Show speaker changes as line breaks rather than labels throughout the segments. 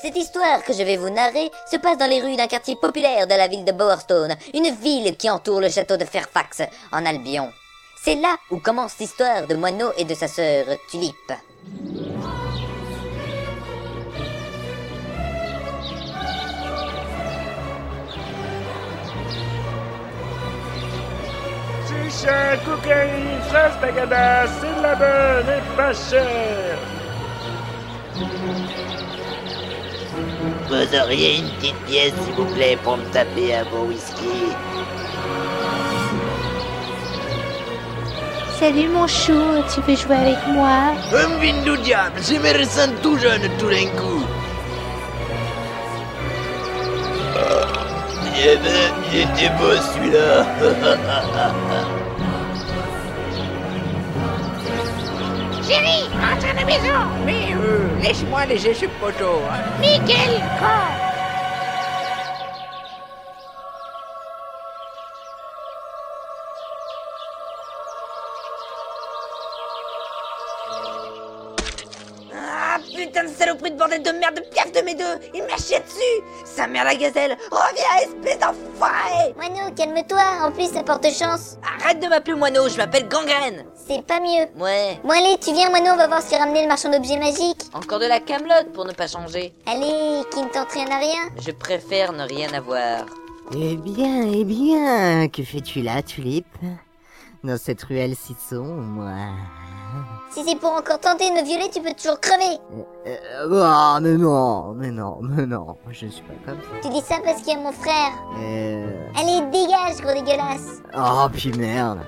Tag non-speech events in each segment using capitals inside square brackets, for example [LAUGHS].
Cette histoire que je vais vous narrer se passe dans les rues d'un quartier populaire de la ville de Bowerstone, une ville qui entoure le château de Fairfax, en Albion. C'est là où commence l'histoire de Moineau et de sa sœur Tulipe.
Chicha, cocaïne, fraise tagada, c'est de la bonne et pas chère.
Vous auriez une petite pièce, s'il vous plaît, pour me taper un bon whisky.
Salut mon chou, tu veux jouer avec moi
Un vin du diable, je me ressens tout jeune tout d'un coup.
Ah,
Eh ben, il était beau celui-là.
Chérie, rentre à la maison
Mais euh, laisse-moi léger ce poteau. hein.
Nickel corps
Ah putain de saloperie de bordel de merde de piaf de mes deux Il m'a chié dessus Sa mère la gazelle Reviens espèce d'enfoiré
Moineau, calme-toi, en plus ça porte chance.
Arrête de m'appeler moineau, je m'appelle gangrène
C'est pas mieux.
Ouais,
Bon allez, tu viens Moineau, on va voir si ramener le marchand d'objets magiques.
encore de la camelote pour ne pas changer.
Allez, qui ne t'entraîne à rien.
Je préfère ne rien avoir.
Eh bien, eh bien, que fais-tu là, Tulipe Dans cette ruelle si sombre.
Si c'est pour encore tenter de me violer, tu peux toujours crever.
Euh, oh, mais non, mais non, mais non, je ne suis pas comme ça.
Tu dis ça parce qu'il y a mon frère.
Euh...
Allez, dégage, gros dégueulasse.
Oh, puis merde.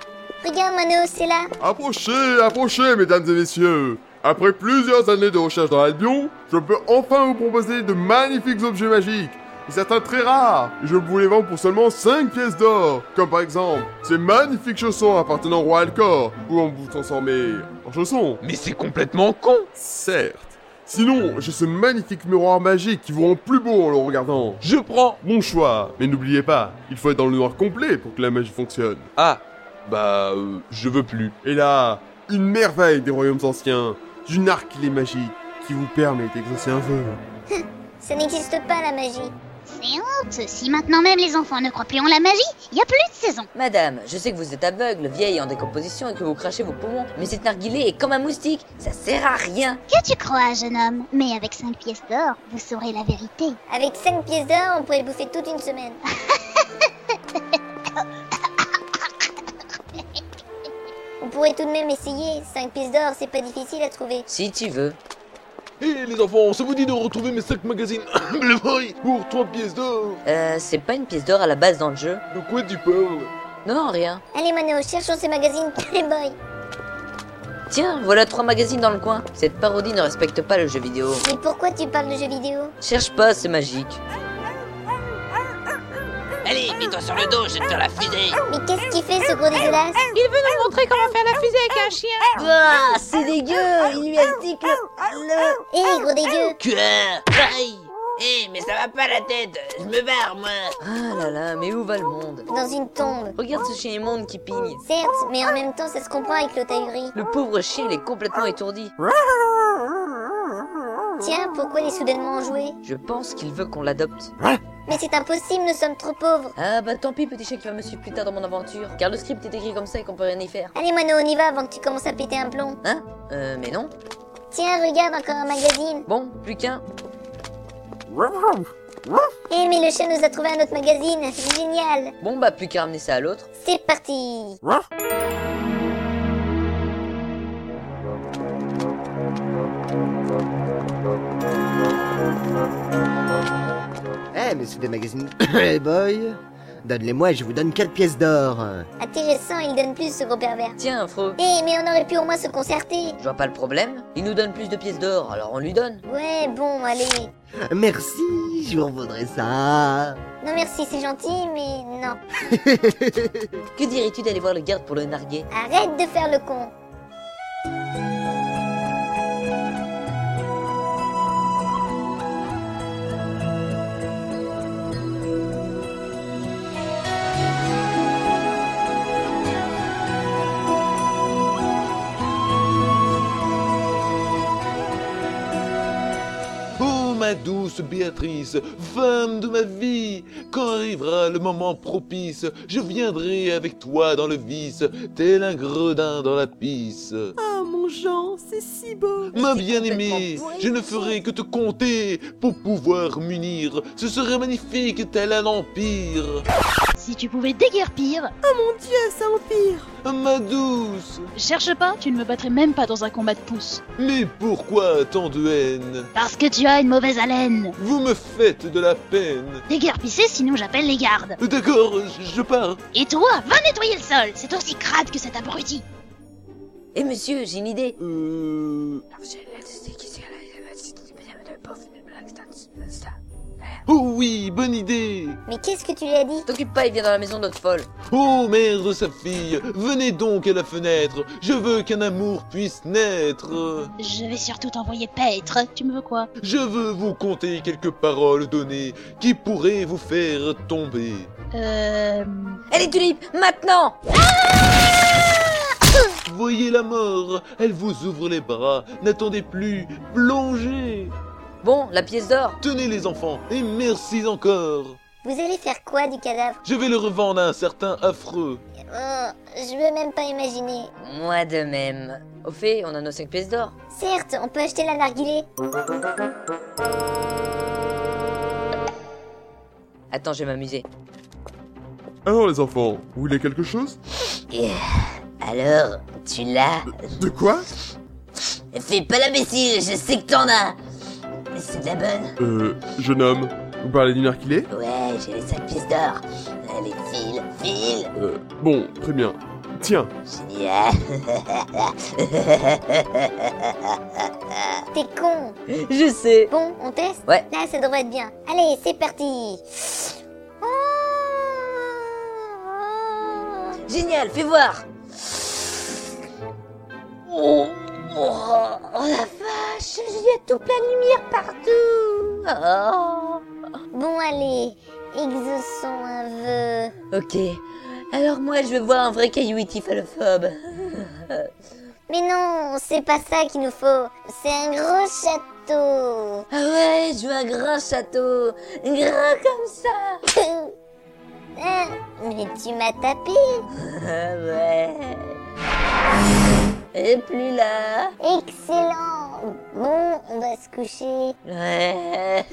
Regarde Moineau, c'est là.
Approchez, approchez, mesdames et messieurs. Après plusieurs années de recherche dans Albion, je peux enfin vous proposer de magnifiques objets magiques. Et certains très rares. Et je vous les vends pour seulement 5 pièces d'or. Comme par exemple, ces magnifiques chaussons appartenant au roi Alcor. Pouvant vous transformer en chaussons.
Mais c'est complètement con
Certes. Sinon, j'ai ce magnifique miroir magique qui vous rend plus beau en le regardant.
Je prends
Bon choix. Mais n'oubliez pas, il faut être dans le noir complet pour que la magie fonctionne.
Ah Bah, euh, je veux plus.
Et là, une merveille des royaumes anciens, d'une arc les magique qui vous permet d'exaucer un vœu.
Ça n'existe pas la magie.
C'est honte Si maintenant même les enfants ne croient plus en la magie, il y a plus de saison
Madame, je sais que vous êtes aveugle, vieille en décomposition et que vous crachez vos poumons, mais cette narguilée est comme un moustique, ça sert à rien.
Que tu crois, jeune homme Mais avec 5 pièces d'or, vous saurez la vérité.
Avec 5 pièces d'or, on pourrait le bouffer toute une semaine. on pourrait tout de même essayer. 5 pièces d'or, c'est pas difficile à trouver.
Si tu veux.
Et Eh, les enfants, ça vous dit de retrouver mes 5 magazines [COUGHS] Bleu Boy pour 3 pièces d'or
Euh, c'est pas une pièce d'or à la base dans le jeu.
De quoi tu parles
Non, non, rien.
Allez Mano, cherchons ces magazines [LAUGHS] Playboy.
Tiens, voilà trois magazines dans le coin. Cette parodie ne respecte pas le jeu vidéo.
Mais pourquoi tu parles de jeux vidéo
Cherche pas, c'est magique.
Allez, mets-toi sur le dos, je te la fusée.
Mais qu'est-ce qu'il fait ce gros dégueulasse
Il veut nous montrer comment faire la fusée avec un chien
Ah, c'est dégueu Il lui a stick le... le-
Hé Eh, gros dégueu
Cueur Aïe Eh, mais ça va pas la tête Je me barre, moi
Ah là là, mais où va le monde
Dans une tombe.
Regarde ce chien immonde qui pigne.
Certes, mais en même temps ça se comprend avec l'otahurie.
Le pauvre chien, il est complètement étourdi.
Tiens, pourquoi il est soudainement enjoué
Je pense qu'il veut qu'on l'adopte.
Mais c'est impossible, nous sommes trop pauvres.
Ah bah tant pis, petit chien qui va me suivre plus tard dans mon aventure. Car le script est écrit comme ça et qu'on peut rien y faire.
Allez Mano, on y va avant que tu commences à péter un plomb.
Hein Euh, mais non.
Tiens, regarde encore un magazine.
Bon, plus qu'un.
Eh mais le chien nous a trouvé un autre magazine. Génial.
Bon bah, plus qu'à ramener ça à l'autre.
C'est parti.
Eh, mais c'est des magazines [COUGHS] Playboy. Donne-les-moi et je vous donne 4 pièces d'or.
Intéressant, il donne plus ce gros pervers.
Tiens, Fro.
Eh mais on aurait pu au moins se concerter.
Je vois pas le problème. Il nous donne plus de pièces d'or, alors on lui donne.
Ouais, bon, allez.
Merci, je vous revaudrai ça.
Non merci, c'est gentil, mais non.
Que dirais-tu d'aller voir le garde pour le narguer
Arrête de faire le con.
Oh, douce Béatrice, femme de ma vie, quand arrivera le moment propice, je viendrai avec toi dans le vice, tel un gredin dans la pisse.
Ah mon Jean, c'est si beau
Ma bien-aimée, je ne ferai que te compter pour pouvoir m'unir. Ce serait magnifique tel un empire.
Si tu pouvais déguerpir.
Oh mon dieu, ça empire
Ma douce
Cherche pas, tu ne me battrais même pas dans un combat de pouce.
Mais pourquoi tant de haine
Parce que tu as une mauvaise haleine.
Vous me faites de la peine.
Déguerpissez, sinon j'appelle les gardes.
D'accord, je- je pars.
Et toi, va nettoyer le sol C'est aussi crade que cet abruti
Eh monsieur, j'ai une idée.
Euh. Oh oui, bonne idée
Mais qu'est-ce que tu lui as dit T'occupe pas, il vient dans la maison de notre folle.
Oh mère de sa fille, venez donc à la fenêtre, je veux qu'un amour puisse naître.
Je vais surtout t'envoyer paître. Tu me veux quoi
Je veux vous conter quelques paroles données qui pourraient vous faire tomber.
Euh...
Allez Tulip, maintenant
Voyez la mort, elle vous ouvre les bras, n'attendez plus, plongez
Bon, la pièce d'or
Tenez les enfants, et merci encore
Vous allez faire quoi du cadavre
Je vais le revendre à un certain affreux.
Oh, Je veux même pas imaginer.
Moi de même. Au fait, on a nos 5 pièces d'or.
Certes, on peut acheter la narguilée.
Attends, je vais m'amuser.
Alors les enfants, vous voulez quelque chose
Alors, tu l'as
De quoi
Fais pas l'imbécile, je sais que t'en as C'est de la bonne
Euh, jeune homme, vous parlez d'une narguilé
Ouais, j'ai les 5 pièces d'or. Allez, file, file
Euh, bon, très bien. Tiens,
Génial
T'es con
Je sais
Bon, on teste
Ouais.
Là, ça devrait être bien. Allez, c'est parti Oh.
Génial, fais voir Oh, oh, oh la vache, il y a tout plein de lumière partout
Bon, allez, exauçons un vœu.
oh. Ok, alors moi je vais voir un vrai caillou itifalophobe.
Mais non, c'est pas ça qu'il nous faut. C'est un gros château. [LAUGHS]
Ah ouais, je veux un grand château, grand comme ça
Ah, mais tu m'as tapé.
Ah ouais Et plus là
Excellent. Bon, on va se coucher.
Ouais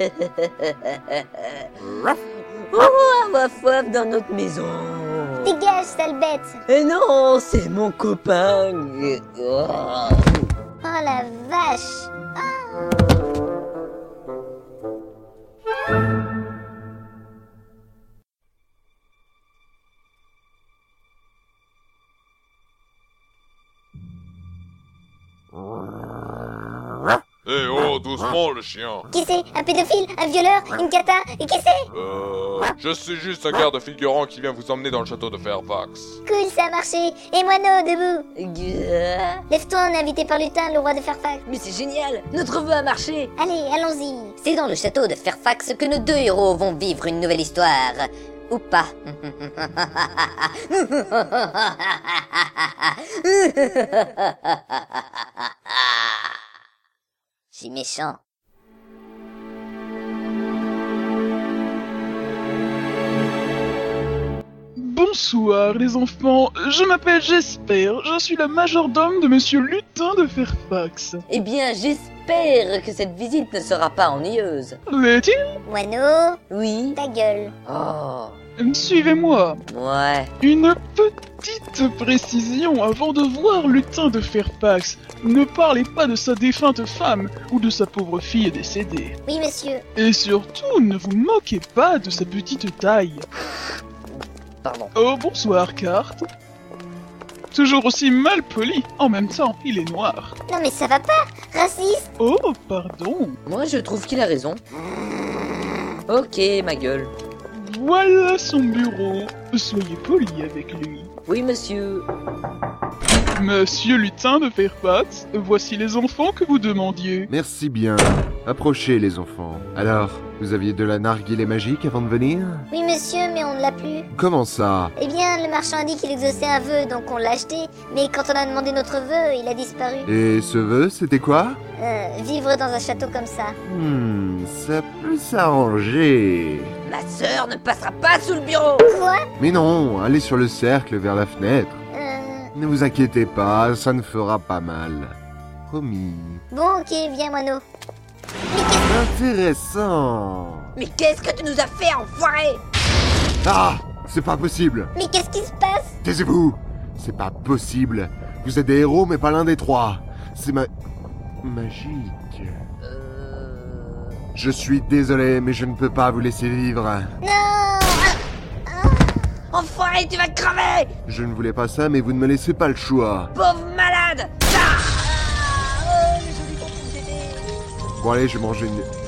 Oh, un waf waf dans notre maison
Dégage, sale bête.
Et non, c'est mon copain Oh.
Oh la vache
Ah. Eh oh, doucement le chien.
Qui c'est Un pédophile Un violeur Une cata Et qui c'est
Euh, je suis juste un garde figurant qui vient vous emmener dans le château de Fairfax.
Cool, ça a marché Et moineau, debout
Gueuh.
Lève-toi, on est invité par Lutin, le roi de Fairfax
Mais c'est génial Notre vœu a marché
Allez, allons-y
C'est dans le château de Fairfax que nos deux héros vont vivre une nouvelle histoire. Ou
[LAUGHS]
pas.
Je suis méchant.
Bonsoir les enfants, je m'appelle Jesper, je suis le majordome de Monsieur Lutin de Fairfax.
Eh bien, j'espère que cette visite ne sera pas ennuyeuse.
L'est-il
Moineau
Oui
Ta gueule
Oh
Suivez-moi.
Ouais.
Une petite précision avant de voir Lutin de Fairfax. Ne parlez pas de sa défunte femme ou de sa pauvre fille décédée.
Oui, monsieur.
Et surtout, ne vous moquez pas de sa petite taille.
Pardon.
Oh bonsoir, carte. Toujours aussi mal poli. En même temps, il est noir.
Non mais ça va pas Raciste
Oh, pardon.
Moi, je trouve qu'il a raison. Ok, ma gueule.
Voilà son bureau. Soyez poli avec lui.
Oui, monsieur.
Monsieur Lutin de Fairfax, voici les enfants que vous demandiez.
Merci bien. Approchez, les enfants. Alors, vous aviez de la narguilée magique avant de venir
Oui, monsieur, mais on ne l'a plus.
Comment ça
Eh bien, le marchand a dit qu'il exauçait un vœu, donc on l'a acheté. Mais quand on a demandé notre vœu, il a disparu.
Et ce vœu, c'était quoi
Euh, vivre dans un château comme ça.
Hmm, ça peut s'arranger.
Ma sœur ne passera pas sous le bureau.
Quoi
Mais non, allez sur le cercle vers la fenêtre.
Euh...
Ne vous inquiétez pas, ça ne fera pas mal. Promis.
Bon, ok, bien, moineau.
Intéressant.
Mais qu'est-ce que tu nous as fait, enfoiré
Ah C'est pas possible
Mais qu'est-ce qui se passe
Taisez-vous C'est pas possible Vous êtes des héros, mais pas l'un des trois. C'est ma... magique.
Euh,
Je suis désolé, mais je ne peux pas vous laisser vivre.
Non
Enfoiré, tu vas crever
Je ne voulais pas ça, mais vous ne me laissez pas le choix.
Pauvre malade
Bon allez, je vais manger une...